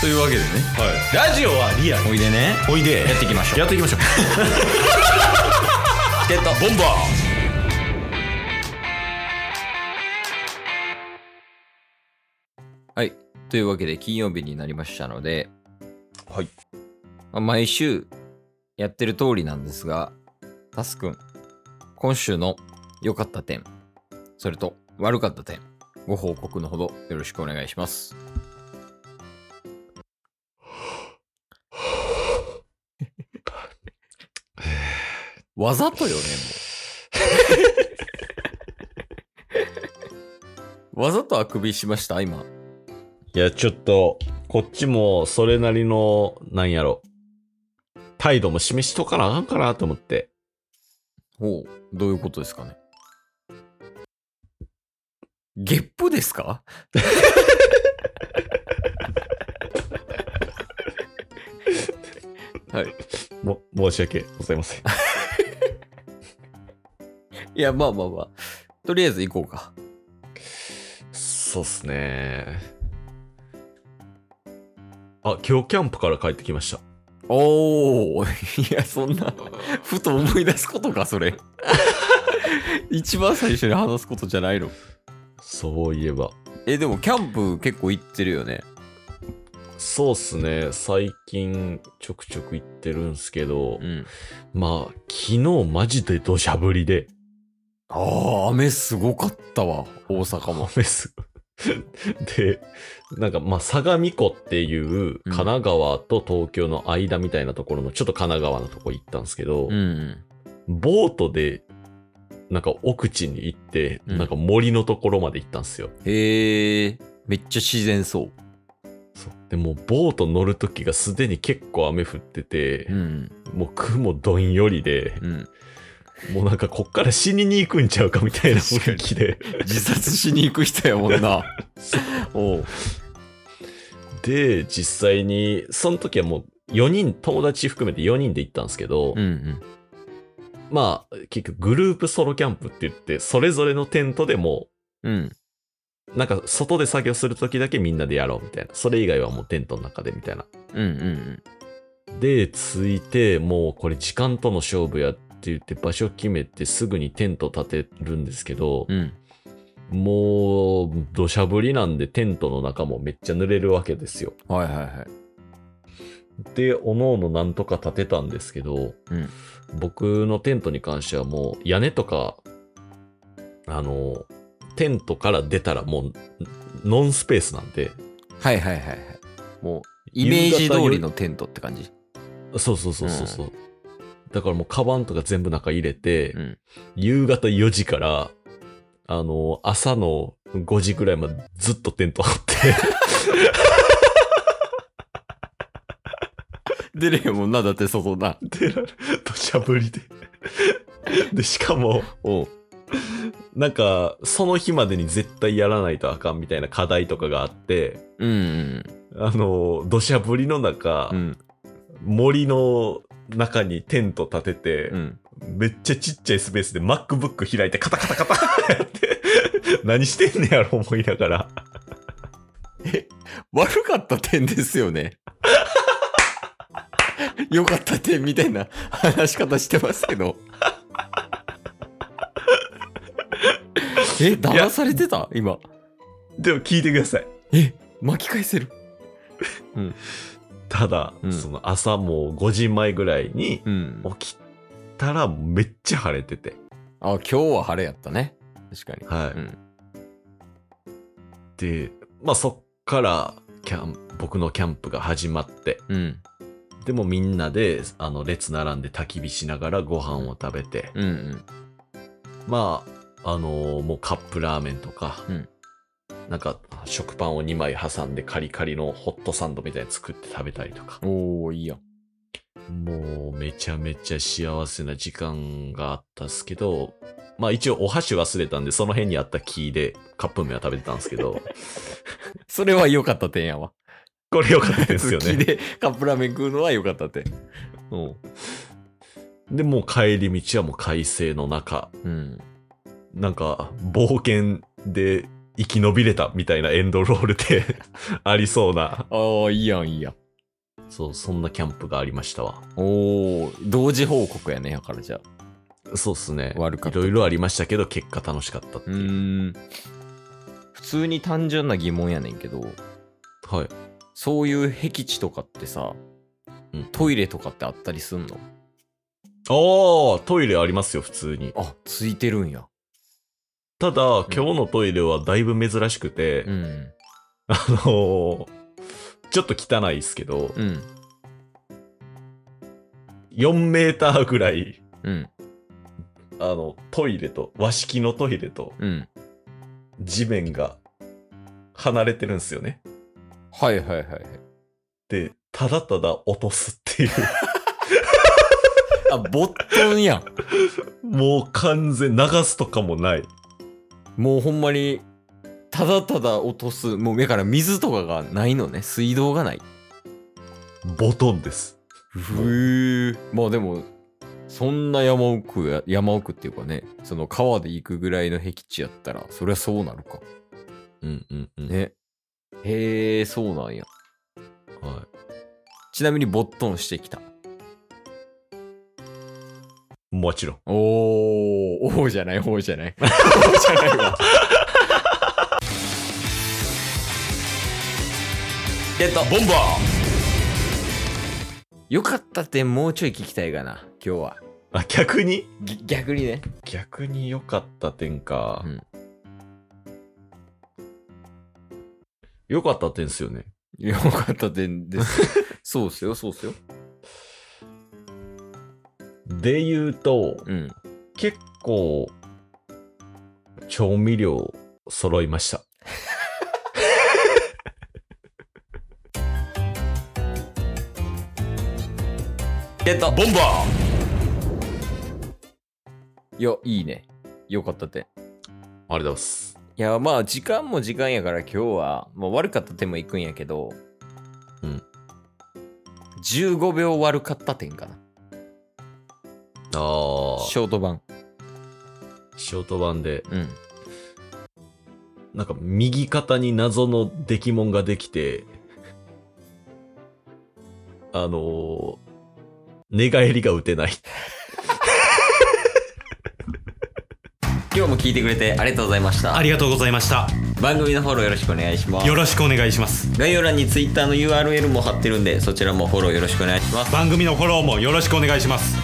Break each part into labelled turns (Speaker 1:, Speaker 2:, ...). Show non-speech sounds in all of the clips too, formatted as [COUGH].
Speaker 1: というわけでね
Speaker 2: ラジオはリアル
Speaker 1: おいでね
Speaker 2: おいで
Speaker 1: やっていきましょう
Speaker 2: やってい
Speaker 1: [LAUGHS]
Speaker 2: きましょう
Speaker 1: チケットボンバーはいというわけで金曜日になりましたので、
Speaker 2: はい
Speaker 1: まあ毎週やってる通りなんですがタスくん今週の良かった点それと悪かった点ご報告のほどよろしくお願いしますわざとよね、もう。 [LAUGHS] わざとあくびしました、今。
Speaker 2: いやちょっとこっちもそれなりのなんやろ態度も示しとかなあかんかなと思って
Speaker 1: おうどういうことですかね。ゲップですかはい。
Speaker 2: も申し訳ございません
Speaker 1: いや、まあまあまあ。とりあえず行こうか。
Speaker 2: そうっすねあ今日キャンプから帰ってきました
Speaker 1: おおいや、そん [LAUGHS] な、ふと思い出すことか、それ。一番最初に話すことじゃないの。
Speaker 2: そういえば
Speaker 1: え、でもキャンプ結構行ってるよね。
Speaker 2: そうっすね最近ちょくちょく行ってるんすけど、
Speaker 1: うん。
Speaker 2: まあ昨日マジで土砂降りで
Speaker 1: ああ、雨すごかったわ、大阪も。
Speaker 2: フェス。 [LAUGHS] で、なんか、まあ、相模湖っていう、神奈川と東京の間みたいなところの、ちょっと神奈川のとこ行ったんですけど、
Speaker 1: うん。
Speaker 2: ボートで、なんか奥地に行って、
Speaker 1: うん
Speaker 2: なんか森のところまで行ったんですよ。
Speaker 1: へえ、めっちゃ自然そう。
Speaker 2: そうでもうボート乗るときがすでに結構雨降ってて、
Speaker 1: ん。
Speaker 2: もう雲どんよりで、
Speaker 1: うん。
Speaker 2: もうなんかこっから死にに行くんちゃうかみたいな
Speaker 1: 確か
Speaker 2: 雰
Speaker 1: に
Speaker 2: 囲気で。
Speaker 1: 自殺しに行く人やもんな。おう。
Speaker 2: で、実際に、その時はもう4人、友達含めて4人で行ったんですけど、
Speaker 1: うんうん。
Speaker 2: まあ、結局グループソロキャンプって言って、それぞれのテントでも
Speaker 1: うん。
Speaker 2: う、なんか外で作業するときだけみんなでやろうみたいな。それ以外はもうテントの中でみたいな。
Speaker 1: うんうん
Speaker 2: で、着いて、もうこれ時間との勝負やって言って場所決めてすぐにテント立てるんですけど
Speaker 1: うん。、うん。
Speaker 2: もう土砂降りなんでテントの中もめっちゃ濡れるわけですよ。
Speaker 1: はいはいはい。
Speaker 2: で、おのおのなんとか立てたんですけど、
Speaker 1: うん
Speaker 2: 僕のテントに関してはもう屋根とか、あの、テントから出たらもうノンスペースなんで、
Speaker 1: はいはいはいはい。もう、イメージ通りのテントって感じ。
Speaker 2: そうそうそうそうそう。だからもうカバンとか全部中入れて、
Speaker 1: うん。
Speaker 2: 夕方4時から、あの、朝の5時ぐらいまでずっとテント張って、 [LAUGHS]
Speaker 1: 出れへんもんな、だって外な。
Speaker 2: 出られ、土砂降りで。で、しかも、
Speaker 1: おう。
Speaker 2: なんか、その日までに絶対やらないとあかんみたいな課題とかがあって、
Speaker 1: うんうん
Speaker 2: あの、土砂降りの中、
Speaker 1: うん。うん。
Speaker 2: 森の中にテント立てて、
Speaker 1: うん。
Speaker 2: めっちゃちっちゃいスペースで MacBook 開いてカタカタカタやって、 [LAUGHS] 何してんねやろ思いながら。
Speaker 1: 悪かった点ですよね。良かった点みたいな話し方してますけど。え、騙されてた今。
Speaker 2: でも聞いてください。
Speaker 1: え、巻き返せる。
Speaker 2: ただ、
Speaker 1: うん
Speaker 2: その朝もう5時前ぐらいに
Speaker 1: うん。
Speaker 2: 起きたらめっちゃ晴れてて。
Speaker 1: あ、今日は晴れやったね。確かに。
Speaker 2: はい。
Speaker 1: うん
Speaker 2: で、まあそっからキャン、僕のキャンプが始まって、
Speaker 1: うん。
Speaker 2: でもみんなで、あの、列並んで焚き火しながらご飯を食べて、
Speaker 1: うんうん。
Speaker 2: まあ、あのーもうカップラーメンとか、
Speaker 1: うん
Speaker 2: なんか食パンを2枚挟んでカリカリのホットサンドみたいに作って食べたりとか、
Speaker 1: おー、いいや。
Speaker 2: もうめちゃめちゃ幸せな時間があったっすけど、まあ一応お箸忘れたんで、その辺にあった木でカップ麺は食べてたんですけど、
Speaker 1: それは良かった点やわ。
Speaker 2: これ良かったですよ
Speaker 1: [LAUGHS] 好き
Speaker 2: ね。
Speaker 1: でカップラーメン食うのは良かった点。
Speaker 2: うんで、もう帰り道はもう快晴の中、
Speaker 1: うん。
Speaker 2: なんか冒険で生き延びれたみたいなエンドロールで [LAUGHS] ありそうな、
Speaker 1: ああ、いいやん、いいやん。
Speaker 2: そう、そんなキャンプがありましたわ。
Speaker 1: おお、同時報告やね、やからじゃあ。
Speaker 2: そうっすね。
Speaker 1: 悪かった
Speaker 2: いろいろありましたけど、結果楽しかったって
Speaker 1: う
Speaker 2: いう。
Speaker 1: ーん。普通に単純な疑問やねんけど、
Speaker 2: はい。
Speaker 1: そういう僻地とかってさ、
Speaker 2: うん
Speaker 1: トイレとかってあったりすんの
Speaker 2: ああ、トイレありますよ、普通に。
Speaker 1: あ、ついてるんや。
Speaker 2: ただ、今日のトイレはだいぶ珍しくて、
Speaker 1: うん。
Speaker 2: あのーちょっと汚いですけど、
Speaker 1: うん。
Speaker 2: 4メーターぐらい、
Speaker 1: うん。
Speaker 2: あの、トイレと、和式のトイレと、
Speaker 1: うん。
Speaker 2: 地面が離れてるんですよね。
Speaker 1: はいはいはいはい。
Speaker 2: で、ただただ落とすっていう、 [LAUGHS]
Speaker 1: あ、ボットンやん。
Speaker 2: もう完全、流すとかもない。
Speaker 1: もうほんまに、ただただ落とす、もう目から水とかがないのね。水道がない。
Speaker 2: ボトンです。
Speaker 1: ふえ。まあでも、そんな山奥や、山奥っていうかね、その川で行くぐらいの僻地やったら、そりゃそうなるか。
Speaker 2: うんうんうん。
Speaker 1: ね。へえ、そうなんや。
Speaker 2: は
Speaker 1: ちなみに、ボットンしてきた。
Speaker 2: い。も [LAUGHS] ちろん。
Speaker 1: おー、おーじゃない、おーじゃない。おーじゃないわ。
Speaker 2: ゲットボンバ
Speaker 1: よかった点、もうちょい聞きたいかな、今日は。
Speaker 2: ーあ、逆に
Speaker 1: ぎ逆にね。
Speaker 2: 逆に良かった点か
Speaker 1: うん
Speaker 2: 良かった点ですよね。
Speaker 1: よかった点です。 [LAUGHS] そうっすよ、そうっすよ。
Speaker 2: で言うと、
Speaker 1: うん。
Speaker 2: 結構、調味料揃いました。
Speaker 1: ゲット
Speaker 2: ボンバ
Speaker 1: いや、いいね。よかった点。
Speaker 2: ーありがとうございます。
Speaker 1: いやまあ時間も時間やから今日は、まあ、悪かった点もいくんやけど、
Speaker 2: うん、
Speaker 1: 15秒悪かった点かな
Speaker 2: あ
Speaker 1: ショート版
Speaker 2: あ、ショート版で、
Speaker 1: うん
Speaker 2: なんか右肩に謎の出来物ができて、あのー、寝返りが打てない。
Speaker 1: 今日も聞いてくれてありがとうございました
Speaker 3: ありがとうございました。
Speaker 1: 番組のフォローよろしくお願いします
Speaker 3: よろしくお願いします。
Speaker 1: 概要欄に Twitter の URL も貼ってるんでそちらもフォローよろしくお願いします
Speaker 3: 番組のフォローもよろしくお願いします。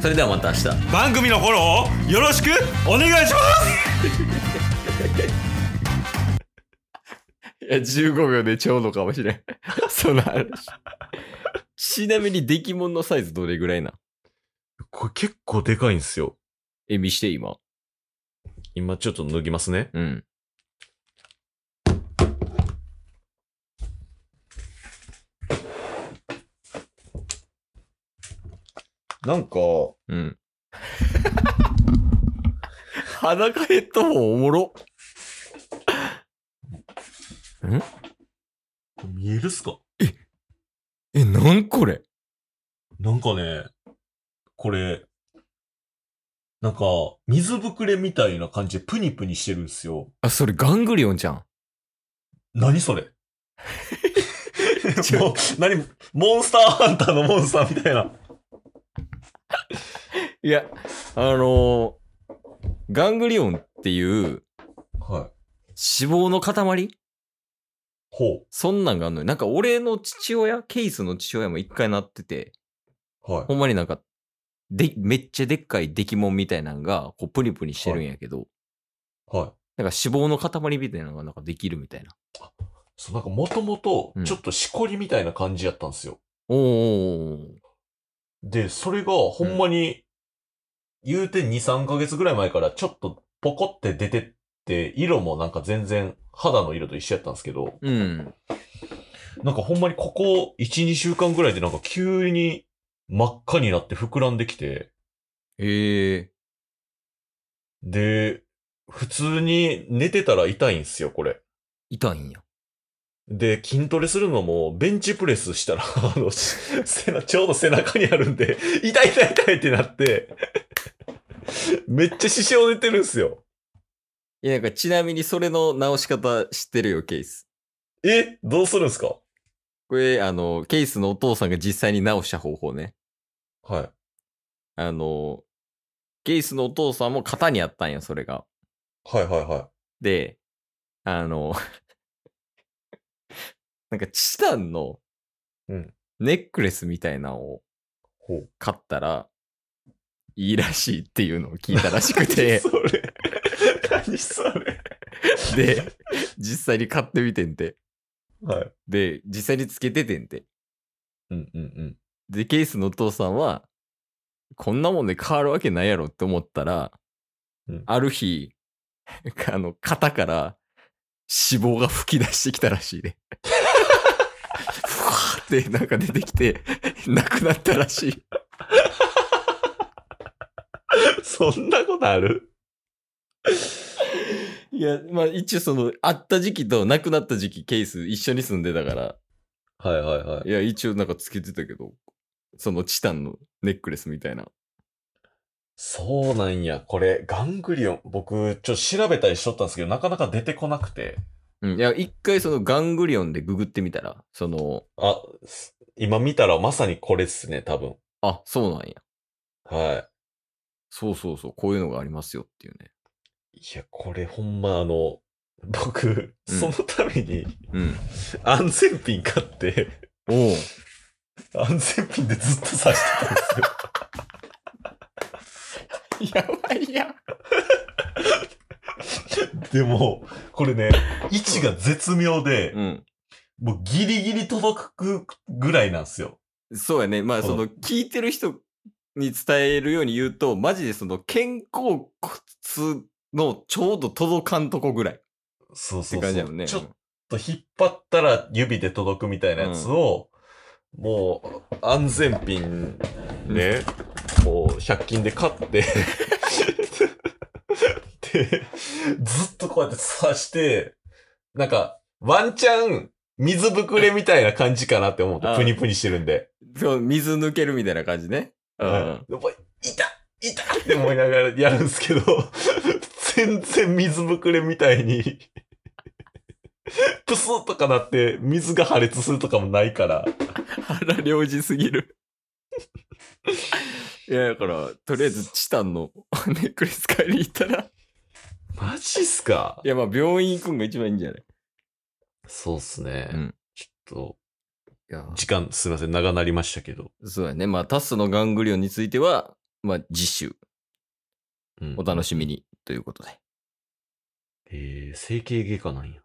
Speaker 1: それではまた明日
Speaker 3: 番組のフォローをよろしくお願いします
Speaker 1: いや15秒でちょうどかもしれ [LAUGHS] んその話ちなみに出来物のサイズどれぐらいな
Speaker 2: これ結構でかいんですよ。
Speaker 1: え見して今
Speaker 2: 今ちょっと脱ぎますね。
Speaker 1: うん
Speaker 2: なんか、
Speaker 1: うん裸ヘッドホンおも
Speaker 2: [LAUGHS]
Speaker 1: ろ
Speaker 2: 見えるっすか
Speaker 1: え、なんこれ
Speaker 2: なんかね、これ、なんか、水ぶくれみたいな感じでプニプニしてるんですよ。
Speaker 1: あ、それガングリオンじゃん。
Speaker 2: 何それ [LAUGHS] もう、何、モンスターハンターのモンスターみたいな。
Speaker 1: いや、あのーガングリオンっていう
Speaker 2: はい。
Speaker 1: 脂肪の塊
Speaker 2: ほ
Speaker 1: そんなんがあんのよ。なんか俺の父親、ケイスの父親も一回なってて、
Speaker 2: う。はい。
Speaker 1: ほんまになんか、で、めっちゃでっかい出来物みたいなんが、こう、プニプニしてるんやけど、
Speaker 2: はい。
Speaker 1: なんか脂肪の塊みたいなのがなんかできるみたいな。
Speaker 2: そう、なんかもともと
Speaker 1: うん、
Speaker 2: ちょっとしこりみたいな感じやったんですよ。
Speaker 1: おーおーおー
Speaker 2: で、それが、ほんまに、言うて2、3ヶ月ぐらい前から、ちょっとポコって出てって、色もなんか全然、肌の色と一緒やったんですけど、
Speaker 1: うん。
Speaker 2: なんかほんまにここ1、2週間ぐらいでなんか急に真っ赤になって膨らんできて、
Speaker 1: へえ。
Speaker 2: で、普通に寝てたら痛いんすよ、これ。
Speaker 1: 痛いんや。
Speaker 2: で、筋トレするのも、ベンチプレスしたら、 [LAUGHS] あの、し背中、ちょうど背中にあるんで、痛い痛い痛いってなって、めっちゃ支障出てるんすよ。
Speaker 1: いや、なんかちなみにそれの直し方知ってるよ、ケイス。
Speaker 2: えどうするんですか
Speaker 1: これ、あの、ケイスのお父さんが実際に直した方法ね。
Speaker 2: はい。
Speaker 1: あの、ケイスのお父さんも型にあったんよ、それが。
Speaker 2: はいはいは
Speaker 1: で、あの、 [LAUGHS] なんかチタンの
Speaker 2: うん
Speaker 1: ネックレスみたいなのを
Speaker 2: ほう
Speaker 1: 買ったらいいらしいっていうのを聞いたらしく
Speaker 2: い。、
Speaker 1: て
Speaker 2: それ。何それ。
Speaker 1: で、実際に買ってみてんて。
Speaker 2: はい。
Speaker 1: で、実際につけててんて。
Speaker 2: うんうんうん。
Speaker 1: で、ケースのお父さんは、こんなもんで変わるわけないやろって思ったら、
Speaker 2: うん
Speaker 1: ある日、 [LAUGHS] あの、肩から脂肪が吹き出してきたらしいで。ふわーってなんか出てきて、なくなったらしい。
Speaker 2: そんなことある
Speaker 1: いや、まあ一応その、あった時期となくなった時期、ケース一緒に住んでたから、
Speaker 2: はいはいはい
Speaker 1: いや、一応なんかつけてたけど、そのチタンのネックレスみたいな。
Speaker 2: そうなんや。これ、ガングリオン、僕、ちょっと調べたりしとったんですけど、なかなか出てこなくて。
Speaker 1: うん、いや、一回そのガングリオンでググってみたら、その、
Speaker 2: あ、す今見たらまさにこれっすね、多分。
Speaker 1: あ、そうなんや。
Speaker 2: は
Speaker 1: そうそうそう、こういうのがありますよっていうね。
Speaker 2: い。いや、これほんまあの、僕、
Speaker 1: うん
Speaker 2: そのために、
Speaker 1: うん。
Speaker 2: 安全ピン買って、
Speaker 1: おう
Speaker 2: 安全ピンでずっと刺してたんですよ。
Speaker 1: [LAUGHS] やばいやん。
Speaker 2: でも、これね、位置が絶妙で、
Speaker 1: うん。
Speaker 2: もうギリギリ届くぐらいなんですよ。
Speaker 1: そうやね。まあ、
Speaker 2: うん
Speaker 1: その、聞いてる人に伝えるように言うと、マジでその、肩甲骨のちょうど届かんとこぐらいっ
Speaker 2: そう
Speaker 1: て
Speaker 2: そうそう。
Speaker 1: 感じやもんね。
Speaker 2: ちょっと引っ張ったら指で届くみたいなやつを、もう、安全ピンね、こう、100均で買って、で、ずっとこうやって刺して、なんか、ワンチャン、水ぶくれみたいな感じかなって思って
Speaker 1: あ、あ
Speaker 2: プニプニしてるんで。
Speaker 1: そう水抜けるみたいな感じね。う
Speaker 2: は
Speaker 1: ん。
Speaker 2: いやっぱ痛っ痛っって思いながらやるんですけど、 [LAUGHS] 全然水ぶくれみたいに、 [LAUGHS] プスッとかなって、水が破裂するとかもないから。
Speaker 1: 腹領事すぎる。 [LAUGHS] いや、だから、とりあえず、チタンの [LAUGHS] ネックレス買いに行ったら、
Speaker 2: マジっすか
Speaker 1: いや、まあ、病院行くんが一番いいんじゃない
Speaker 2: そうっすね。
Speaker 1: うん
Speaker 2: ちょ
Speaker 1: いや
Speaker 2: っと、時間すいません、長なりましたけど。
Speaker 1: そうやね。まあ、タスのガングリオンについては、まあ、次週、
Speaker 2: うん
Speaker 1: お楽しみに、ということで。
Speaker 2: えー、整形外科なんや。